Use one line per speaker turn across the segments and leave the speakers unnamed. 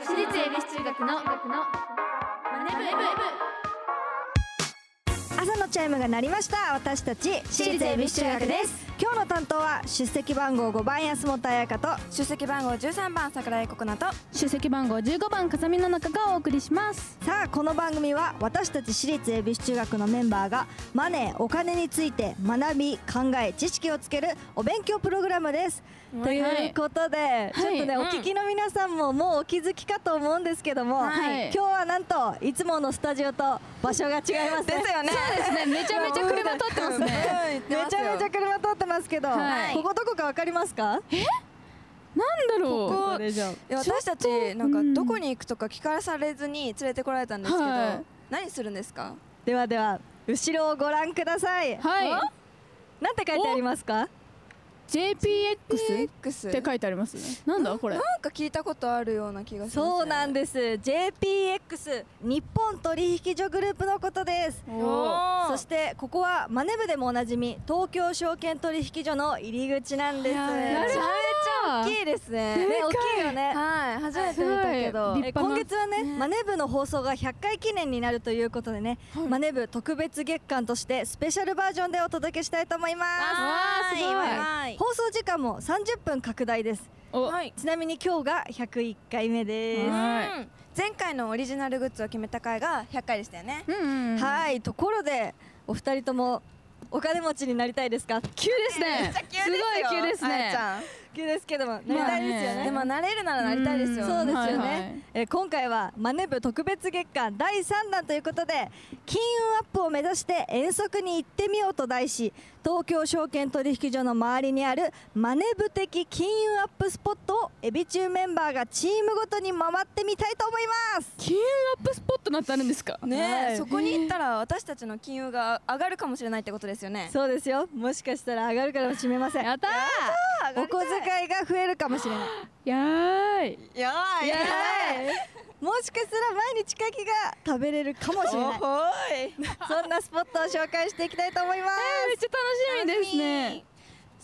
私立恵比寿中学の学のマネブ
朝のチャイムが鳴りました私たち
私立恵比寿中学です
今日の担当は出席番号5番安本彩香と
出席番号13番桜井ココナと
出席番号15番風見の中がお送りします
さあこの番組は私たち私立恵比寿中学のメンバーがマネーお金について学び考え知識をつけるお勉強プログラムです、
い
ということで、ちょっとね、
うん
お聞きの皆さんももうお気づきかと思うんですけども、
はい
今日はなんといつものスタジオと場所が違いますね
よね
ねめちゃめちゃ車通ってますね
めちゃめちゃ車通ってますけど、
はい
ここどこかわかりますか？
なんだろう
ここ
れじゃあ
いや私たちなん
う
か
ん
どこに行くとか聞かされずに連れてこられたんですけど、
はい
何するんですか
ではでは後ろをご覧ください。
はい
なんて書いてありますか？
JPX
X
って書いてありますねなんだこれ
なんか聞いたことあるような気がします、ね、
そうなんです。JPX 日本取引所グループのことです。
お
そしてここはマネ部でもおなじみ東京証券取引所の入り口なんです。
な
なる
る
ほど
大きいですね
ね大きいよね。
はい初めて見たけど
すごい
え今月はねマネ部の放送が100回記念になるということでね、
はい
マネ部特別月間としてスペシャルバージョンでお届けしたいと思います
ーすごい
はい
放送時間も30分拡大です
お
はい
ちなみに今日が101回目です
は
は
はい
うん前回のオリジナルグッズを決めた回が100回でしたよね
うんうんうん
い、ところでお二人ともお金持ちになりたいですか急です
ねすごい急ですね
あやちゃん
急ですけどもなりたいですよね,、
でもなれるならなりたいですよ
そうですよね、
はいはい
えー今回はマネ部特別月間第3弾ということで金運アップを目指して遠足に行ってみようと題し東京証券取引所の周りにあるマネ部的金運アップスポットをエビ中メンバーがチームごとに回ってみたいと思います
金運アップスポットなんてあるんですか
ね、
はい
そこに行ったら私たちの金融が上がるかもしれないってことですよね。
そうですよもしかしたら上がるかもしれません
やったー
上が
お
りた
小遣いが増えるかもしれない
やーい
いやばい。や
もしかしたら毎日牡蠣が食べれるかもしれないそんなスポットを紹介していきたいと思います
めっちゃ楽しみですね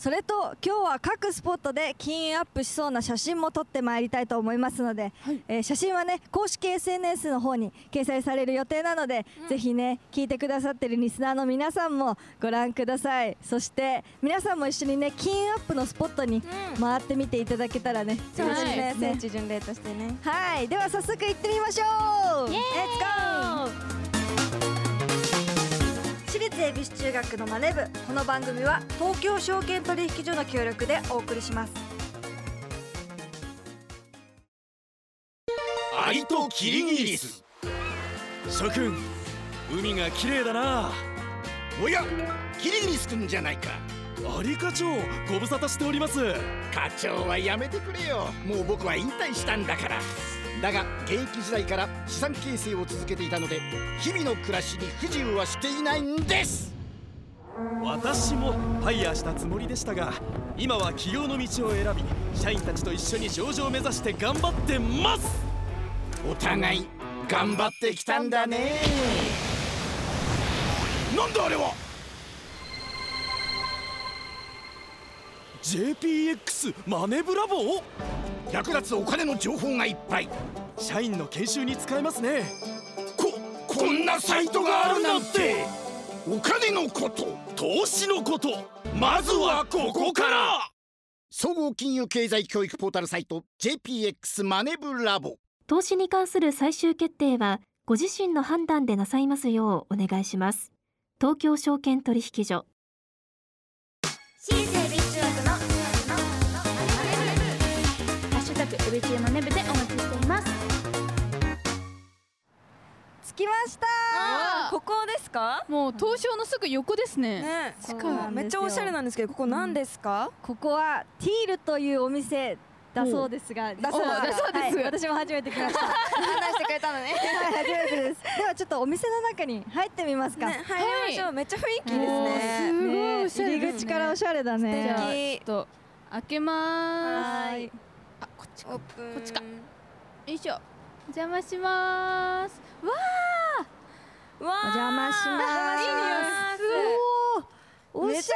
それと今日は各スポットで金運アップしそうな写真も撮ってまいりたいと思いますので、えー写真はね公式 SNS の方に掲載される予定なので、ぜひね聞いてくださってるリスナーの皆さんもご覧くださいそして皆さんも一緒にね金運アップのスポットに
うん
回ってみていただけたらね、
そうです
嬉しいで。
ね
す
聖
ね
地巡礼としてね。
はいでは早速行ってみましょう
イエーイ
私立恵比寿中学のマネ部この番組は東京証券取引所の協力でお送りします
アリとキリギリス諸君海が綺麗だなおやキリギリス君じゃないか
アリ課長ご無沙汰しております
課長はやめてくれよもう僕は引退したんだからだが現役時代から資産形成を続けていたので日々の暮らしに不自由はしていないんです
私もファイヤーしたつもりでしたが今は起業の道を選び社員たちと一緒に上場を目指して頑張ってます
お互い頑張ってきたんだねなんだあれは
JPX マネブラボ
役立つお金の情報がいっぱい
社員の研修に使えますね
ここんなサイトがあるなんてお金のこと
投資のことまずはここから
総合金融経済教育ポータルサイト JPX マネブラボ
投資に関する最終決定はご自身の判断でなさいますようお願いします東京証券取引所
私立恵比寿中学のハッシュタグエビチューマネブでお待ちしています
着きました
あー
ここですか？
もう東証のすぐ横ですね
ね、
近い
ここめっちゃおしゃれなんですけど、ここ何ですか？
ここはティールというお店だそうですが、
だそうです
はい
だ
そうです
はい私も初めて来ました。は
話してくれた のね。
い初めてです。 ではちょっとお店の中に入ってみますか。
ね、入りましょ
は
う。めっちゃ雰囲気いいです
お
ね。
ーすごいおしゃれ
入
ですね
り口からおしゃれだね。
じゃあ
素
ちょ
敵
っと開けまーす
はい。
あこっちか
オープン。
こっちか。よいしょお邪魔しまーすわ
わ
お
あ。
邪魔します。
いい匂い
おーおし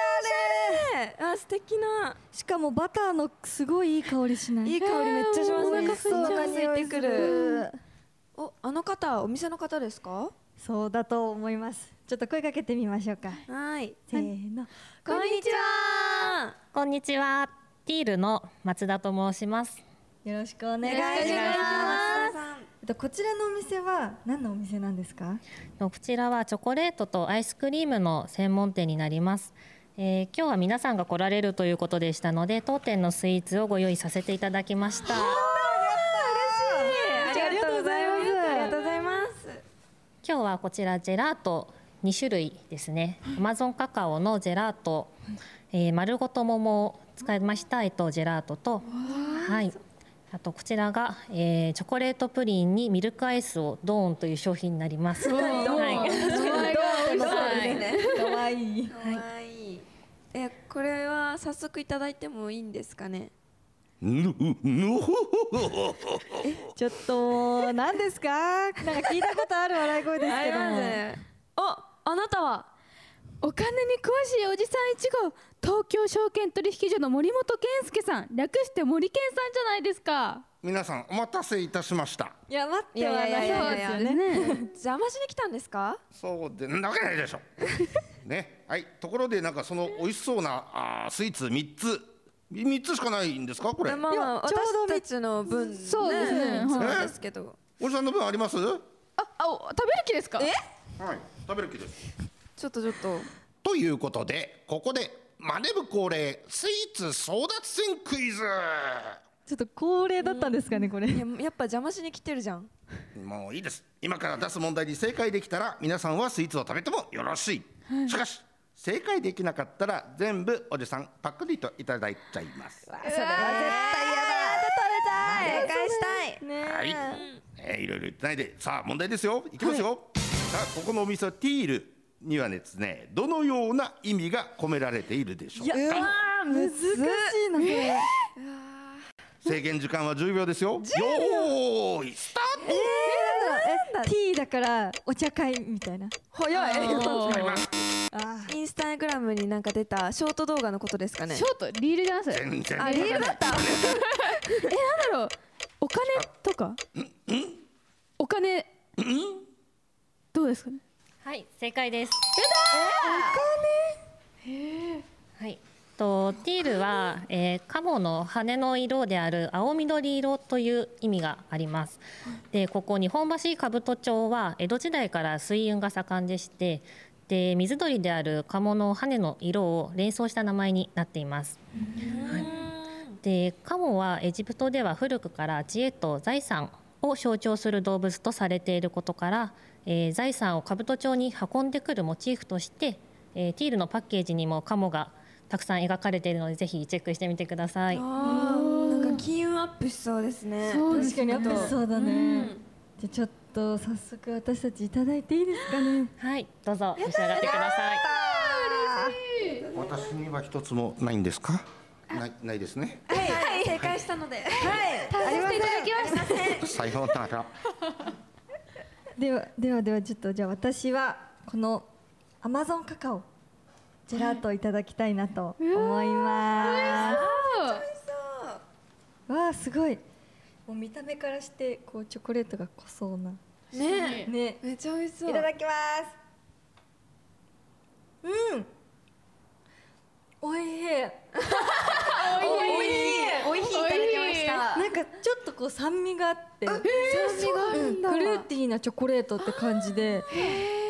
ゃ
ねあ素敵な
れしかもバターのすごいいい香りしない
い香りめっちゃしますね、
美味しそう
お腹空いてくる
匂いす
おあの方お店の方ですか
そうだと思いますちょっと声かけてみましょうか
はい
せーの
こんにちは
こんにちは。ティールの松田と申します。
よろしくお願いし
よろしくお願いし
ます
ます
えっとこちらのお店は何のお店なんですか
こちらはチョコレートとアイスクリームの専門店になります。えー今日は皆さんが来られるということでしたので当店のスイーツをご用意させていただきました
ありがとうございますありがとうございます
今日はこちらジェラート2種類ですね Amazon カカオのジェラート、えー丸ごと桃を使いました、えっと、ジェラートとはいあとこちらが、えーチョコレートプリンにミルクアイスをドーンという商品になります。は い
可愛い
可愛いえこれは早速いただいてもいいんですかね
ぬぬほほほほ
ちょっと何ですかなんか聞いたことある笑い声ですけども
おあなたは
お金に詳しいおじさん1号東京証券取引所の森本健介さん略して森健さんじゃないですか
皆さんお待たせいたしました
いや待っ
い
てはな
や
い
いやいやいや
そうですよ ね
邪魔しに来たんですか
そうでんなわけない でしょねはいところでなんかその美味しそうなあースイーツ三つ三つしかないんですかこれ
まあまあ
ちょう
私
ど
たちの分
そうですねはい
そうですけど
おじさんの分ありますは
ああお食べる気ですかえ
い食べる気です
ちょっとちょっと
ということでここでマネブ恒例スイーツ争奪戦クイズ
ちょっと恒例だったんですかねこれ
いややっぱ邪魔しに来てるじゃん
もういいです今から出す問題に正解できたら皆さんはスイーツを食べてもよろしい、しかし正解できなかったら全部おじさんパクリといただいちゃいますは
それは絶対嫌だ食べたい返したい
い、えーいろいろ言ってないでさあ問題ですよいきますよ、さあここのお店はティールにはですねどのような意味が込められているでしょうか
難しいなこれ
制限時間は10秒ですよよーいスタート、
えティーだからお茶会みたいな
早い
あ
インスタグラムになんか出たショート動画のことですかね
ショートリールじゃないですよ
全然
あリールだった
なんだろうお金とかお金どうですかね
はい、正解です。えだー、お金。はい。とティールは、えー、カモの羽の色である青緑色という意味があります。で、ここ日本橋兜町は江戸時代から水運が盛んでして、で水鳥であるカモの羽の色を連想した名前になっています。でカモはエジプトでは古くから知恵と財産を象徴する動物とされていることから、えー財産を兜町に運んでくるモチーフとして、えーティールのパッケージにもカモがたくさん描かれているのでぜひチェックしてみてください。
あーなんか金運アップしそうですね
そうです
確かにあとそうだ
うん
ねじゃあちょっと早速私たちいただいていいですか ね
はい、どうぞ召し上がってください。
私には一つもないんですかないないですね
はい正解したので
さようなら
ではではではちょっとじゃあ私はこのアマゾンカカオジェラートをいただきたいなと思います、わあすごいもう見た目からしてこうチョコレートが濃そうな
ね
ね
めっちゃ美味しそう
いただきますうんおいしい
おいしいいただきました
なんかちょっとこう酸味があって酸味があるんだフルーティーなチョコレートって感じで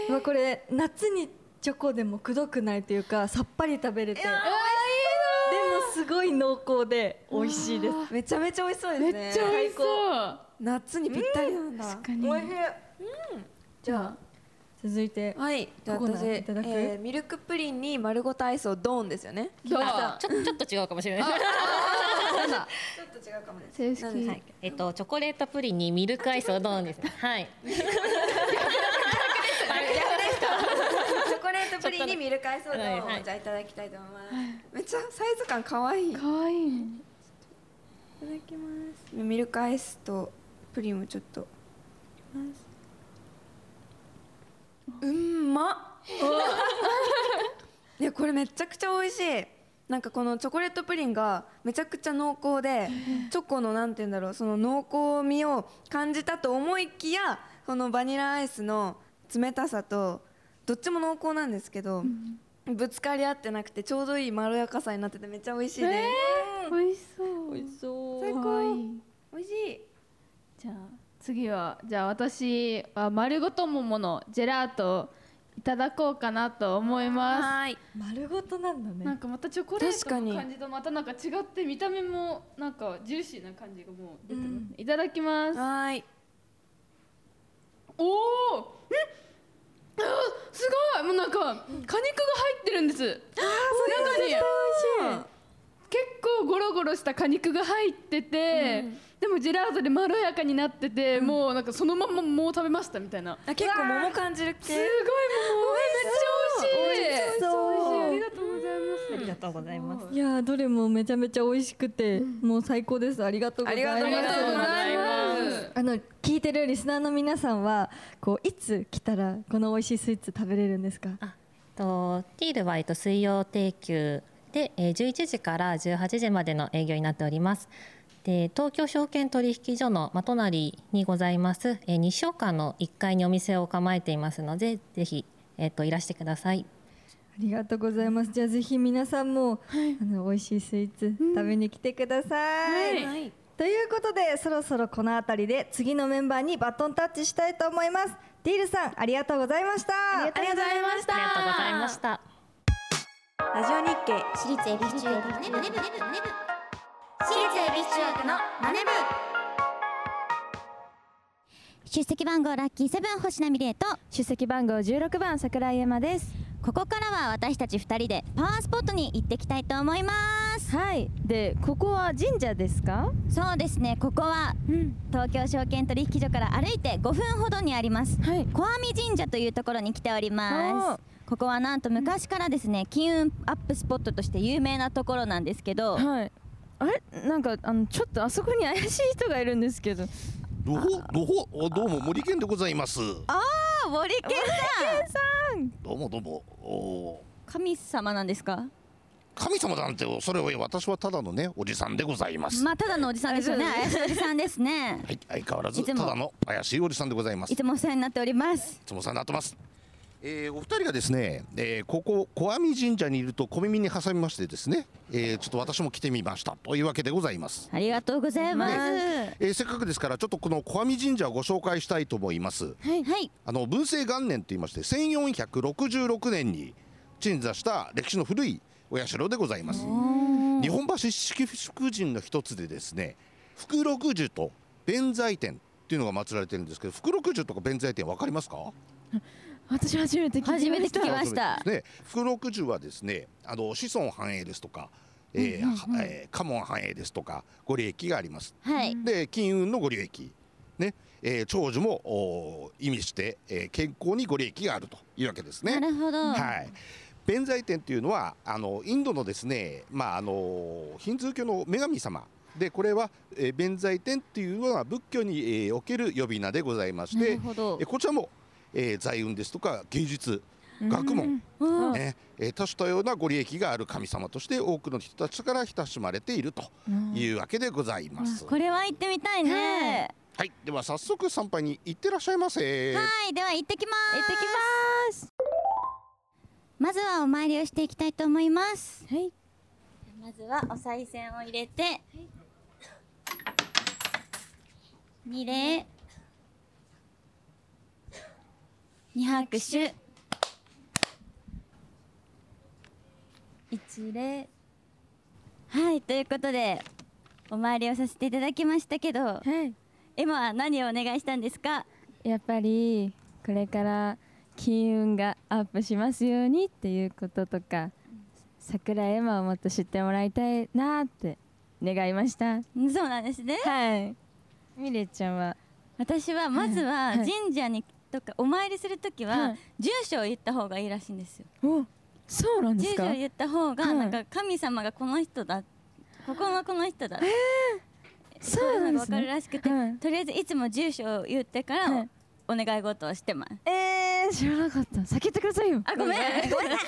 うわこれ夏にチョコでもくどくないというかさっぱり食べれてでもすごい濃厚で美味しいです
めちゃめちゃ美味しそうで
め
す
っち
ね
ゃ美味しそう
夏にぴったりなんだ
確かにじゃ
続いて
はいじゃあ
ココナ
私
ッツいただく
えーミルクプリンに丸ごとアイスをドーンです よね
あどう
あちょちょっと違うかもしれない。
ちょっと違うかもです
正式
なんで
に
えっとチョコレートプリンにミルクアイスをドーンです。 はい。
チョコレートプリンにミルクアイスをド
はい
ー
は
ン
い
じゃあいただきたいと思いますめっちゃサイズ感可愛いいただ
可愛いね
きますミルクアイスとプリンもちょっとうんまっいやこれめちゃくちゃ美味しいなんかこのチョコレートプリンがめちゃくちゃ濃厚でチョコのなんて言うんだろうその濃厚みを感じたと思いきやこのバニラアイスの冷たさとどっちも濃厚なんですけど、ぶつかり合ってなくてちょうどいいまろやかさになっててめっちゃ美味しいです、
美味しそう。
美味しそう
最高
最高。美味しい
じゃあ次はじゃあ私は丸ごと桃のジェラートをいただこうかなと思います。
はーい
丸ごとなんだ
なん
ね
かまたチョコレー
確
ト
か
の
に
感じとまたなんか違って見た目もなんかジューシーな感じがもう出てます、いただきます。
はーい
おお。んあーすごいもうなんか果肉が入ってるんです。中に結構ゴロゴロした果肉が入ってて、でもジェラートでまろやかになってて、もうなんかそのままもう食べましたみたいな。
あ結構桃感じる
すごい
系
もうめっちゃ美味しい。
そう
ありがとうございます。
ありがとうございます。
いやーどれもめちゃめちゃ美味しくて、もう最高ですありがとうございます
ありがとうございます
す。
あの聞いてるリスナーの皆さんはこういつ来たらこの美味しいスイーツ食べれるんですか
あとティールはえっと水曜定休で、えー、11時から18時までの営業になっております。で東京証券取引所のま隣にございます、えー、西岡の1階にお店を構えていますのでぜひ、えっといらしてください。
ありがとうございますじゃあぜひ皆さんも、あの美味しいスイーツ食べに来てください、
はい
ということでそろそろこの辺りで次のメンバーにバトンタッチしたいと思いますディールさんありがとうございましたありが
ありがとうございまし
あ
た
りがとうございました。
ラジオ日経
私立恵比寿中学のマネ部私立恵比寿中学のマネ部
出席番号ラッキーセブン星名美玲と
出席番号16番桜井絵馬です
ここからは私たち2人でパワースポットに行ってきたいと思います
はいでここは神社ですか
そうですねここは
うん
東京証券取引所から歩いて5分ほどにあります
はい
小網神社というところに来ており
お
ま
ー
すここはなんと昔からですね金運アップスポットとして有名なところなんですけど
はいあれなんかあのちょっとあそこに怪しい人がいるんですけど
どほどほおどうも森健でございます
あ森健さん
どうもどうもお
神様なんですか
神様なんて恐れ多い私はただのねおじさんでございます、
まあただのおじさんですよね怪しいおじさんですね
はい相変わらず
いつ
た
も
だの怪しいおじさんでございます
い
い
つもお世話になっております
つもお世話になってますえーお二人がですね、えーここ小網神社にいると小耳に挟みましてですね、えーちょっと私も来てみましたというわけでございます
ありがとうございます、
えーせっかくですからちょっとこの小網神社をご紹介したいと思います
はい、はい、
あの文政元年と言いまして1466年に鎮座した歴史の古いお社でございます日本橋七福神の一つでですね福禄寿と弁財天っていうのが祀られてるんですけど福禄寿とか弁財天わかりますか
私初めて聞
初めて聞きました
そうですね、福禄寿はですね、あの子孫繁栄ですとか、えーはえー家紋繁栄ですとかご利益があります。
はい、
で金運のご利益ね、えー長寿もおー意味して、えー健康にご利益があるというわけですね。
なるほど、
はい。弁財天というのはあのインドのですね、まああのヒンズー教の女神様。でこれは、えー弁財天というのは仏教に、えーおける呼び名でございまし
な
て
る、ほど
えーこちらも、えー財運ですとか芸術学問、
うん
ねえー多種多様なご利益がある神様として多くの人たちから親しまれているというわけでございます。
これは行ってみたいね
はい、では早速参拝に行ってらっしゃいませ。
はい、では行ってきます行ってきますまずはお参りをしていきたいと思いますはいまずはお賽銭を入れて二礼二拍手一礼はい、ということでお参りをさせていただきましたけど、
はい
エマは何をお願いしたんですか
やっぱりこれから金運がアップしますようにっていうこととか桜エマをもっと知ってもらいたいなって願いました
そうなんですね、
はいミレちゃんは
私はまずは
はい
神社にとかお参りするとき
は
はい住所を言った方がいいらしいんですよ
おそうなんで
住
す
所
か
を言った方が
はい
なんか神様がこの人だここのこの人だ
そうなんで
のが分
す
かる
ね
らしくて
はい
とりあえずいつも住所を言ってか
は
ら
い
お願い事をしてます
えー、知らなかった先言ってくださいよ
あごめんごめんなさ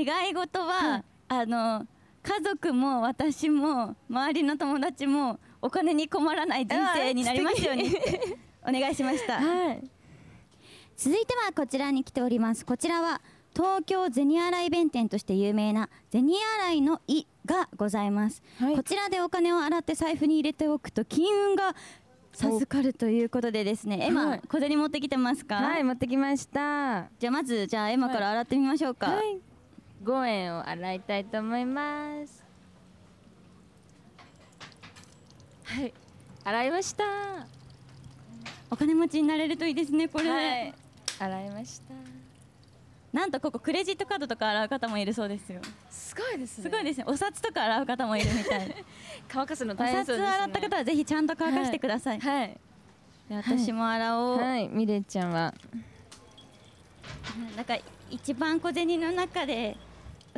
い願い事は、あの家族も私も周りの友達もお金に困らない人生になりますようにってお願いしました、
続いてはこちらに来ておりますこちらは東京銭洗弁天として有名な銭洗の「い」がございます、
こちらでお金を洗って財布に入れておくと金運が授かるということでですねエマ、
はい
小銭持ってきてますか
はい持ってきました
じゃあまずじゃあエマから洗ってみましょうか、
はい5円を洗いたいと思いますはい洗いました
お金持ちになれるといいですねこれ、
はい洗いました
なんとここクレジットカードとか洗う方もいるそうですよ
すごいですね
すごいですねお札とか洗う方もいるみたい
乾かすの
お
大変
札
そうですね
洗った方はぜひちゃんと乾かしてください
はい、
で私も洗おう、
はいミレイちゃんは
なんか一番小銭の中で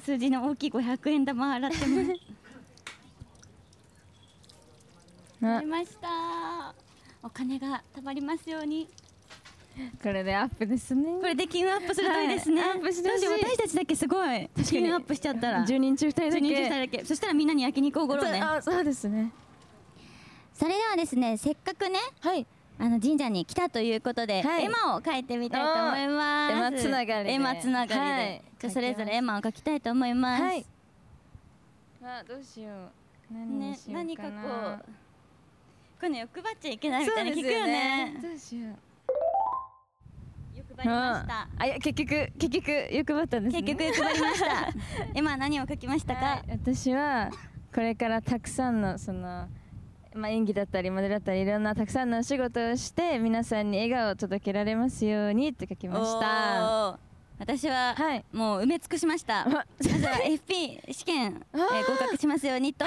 数字の大きい500円玉洗ってます洗い ましたお金が貯まりますように
これでアップですね
これで金運アップするといいですね、
はいアップして
ど
ほ
う
しい
しよう私たちだけすごい
かに
金運アップしちゃっ たら
10人中2人だけ
10人中2人だけそしたらみんなに焼肉おごろうね
あそうですね
それではですねせっかくね、あの神社に来たということで、
はい
絵馬を描いてみたいと思います
おーエマつながりで
エマつながりで、
はい
じゃあそれぞれ絵馬を描きたいと思います、
はい
まあどうしよう何にしようかな、
ね何かこうこういうの欲張っちゃいけないみたいな聞くよね
そうですよね
欲張りました、
あいや結局結局欲張ったんですね
結局欲張りました エマ何を書きましたか、
私はこれからたくさんのその、まあ、演技だったりモデルだったりいろんなたくさんのお仕事をして皆さんに笑顔を届けられますようにって書きました
おー私は、もう埋め尽くしましたまずは FP 試 験、えー合格しますようにと、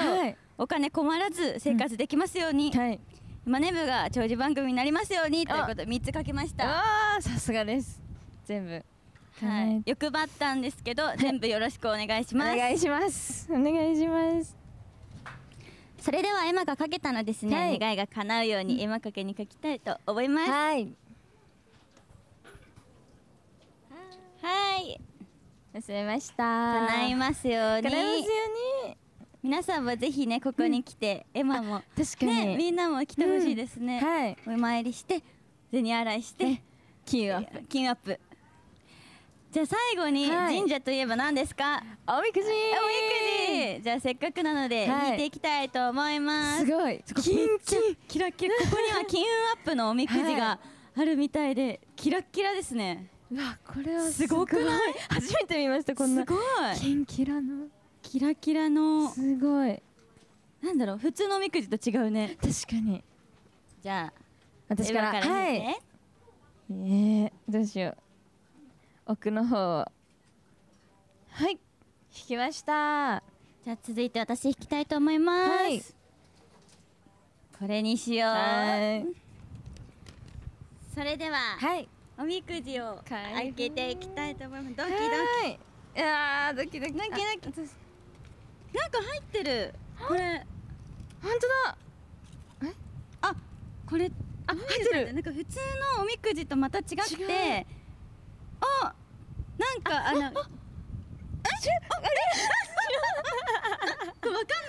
お金困らず生活できますように、マネブが長寿番組になりますようにということで3つ書きました
あーさすがです全部
はい、欲張ったんですけど全部よろしくお願いし
お
ます
願いしますお願いします
それでは絵馬が描けたのですね、
ね、願いが叶うように絵馬掛けに書きたいと思います
はい
はい
忘れました
叶いますように
叶いますよ
うに皆さんもぜひねここに来て、エマも確
かに
ね、みんなも来てほしいですね、
うんはい
お参りして銭洗いして金アップ金アップじゃあ最後に
はい
神社といえば何ですか、
おみくじ
おみくじじゃあせっかくなので
はい
引いていきたいと思います、
すごい
キンキンキラキラここには金運アップのおみくじがあるみたいでキラッキラですね
うわこれは
すごくない
初めて見ましたこんな
すごい
キンキラの
キラキラの
すごい
なんだろう普通のおみくじと違うね
確かに
じゃあ
私から
エヴァ見
はい
せ
え
て
ー、どうしよう奥の方をはい引きました
じゃあ続いて私引きたいと思います、
はい
これにしよ
は
うそれでは、
はい
おみくじを開けていきたいと思いますドキドキ
はいいやードキドキ
ドキドキ
キ
なんか入ってるこれ
本当だえ
あこれ
あ入ってる
なんか普通のおみくじとまた違ってあなんかあのえあれこれ分かん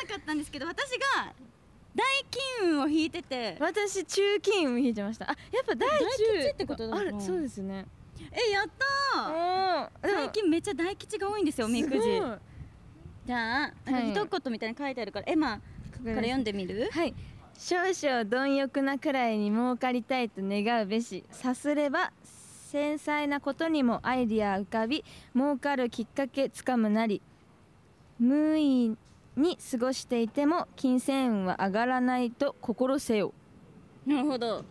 なかったんですけど私が大金運を引いてて
私中金運引いてましたあやっぱ大中
大吉ってことなの
あ
かな
るそうですね
えやったー
うんでも
最近めっちゃ大吉が多いんですよおみくじ
すごい
じゃあなんか
はい
一言みたいに書いてあるからエマから読んでみる
はい少々貪欲なくらいに儲かりたいと願うべしさすれば繊細なことにもアイディア浮かび儲かるきっかけつかむなり無意に過ごしていても金銭運は上がらないと心せよ
なるほど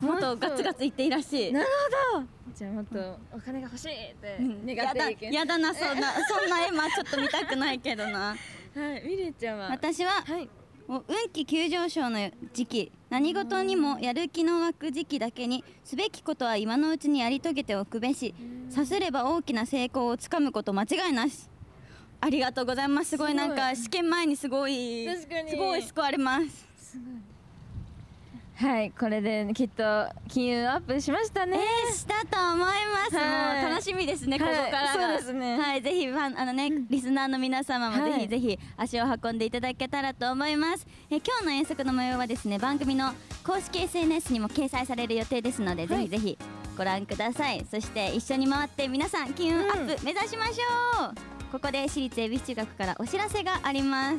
もっとガツガツいっていいらしい
なるほど じゃあもっとお金が欲しいって願
や
って
だ
いけ
やだなそんなそんな絵馬ちょっと見たくないけどな
はいミレイちゃんは
私は、もう運気急上昇の時期何事にもやる気の湧く時期だけにすべきことは今のうちにやり遂げておくべしさすれば大きな成功をつかむこと間違いなしありがとうございますすごいなんか試験前にすごい
確かに
すごい救われます
はいこれできっと金運アップしましたね、
したと思います、
はい
もう楽しみですね、
はい
ここからが
そうですね
はいぜひファンあのね、リスナーの皆様も
はい
ぜひぜひ足を運んでいただけたらと思います、え今日の遠足の模様はですね番組の公式 SNS にも掲載される予定ですので、ぜひぜひご覧くださいそして一緒に回って皆さん金運アップ目指しましょう、ここで私立恵比寿中学からお知らせがあります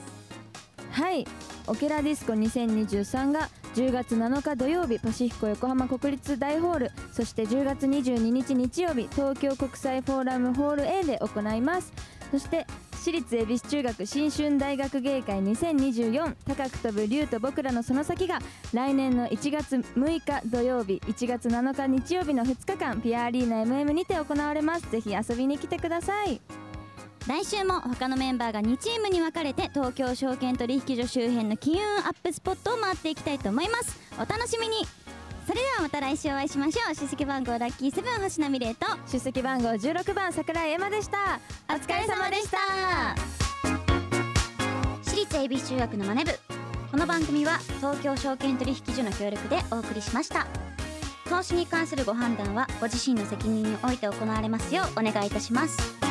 はいオケラディスコ2023が10月7日土曜日パシフィコ横浜国立大ホールそして10月22日日曜日東京国際フォーラムホール A で行いますそして私立恵比寿中学新春大学芸会2024高く飛ぶ竜と僕らのその先が来年の1月6日土曜日1月7日日曜日の2日間ピアアリーナ MM にて行われますぜひ遊びに来てください
来週も他のメンバーが2チームに分かれて東京証券取引所周辺の金運アップスポットを回っていきたいと思いますお楽しみにそれではまた来週お会いしましょう出席番号ラッキーセブン星名美玲と
出席番号16番桜井絵馬でした
お疲れ様でした私立恵比寿中学のマネ部この番組は東京証券取引所の協力でお送りしました投資に関するご判断はご自身の責任において行われますようお願いいたします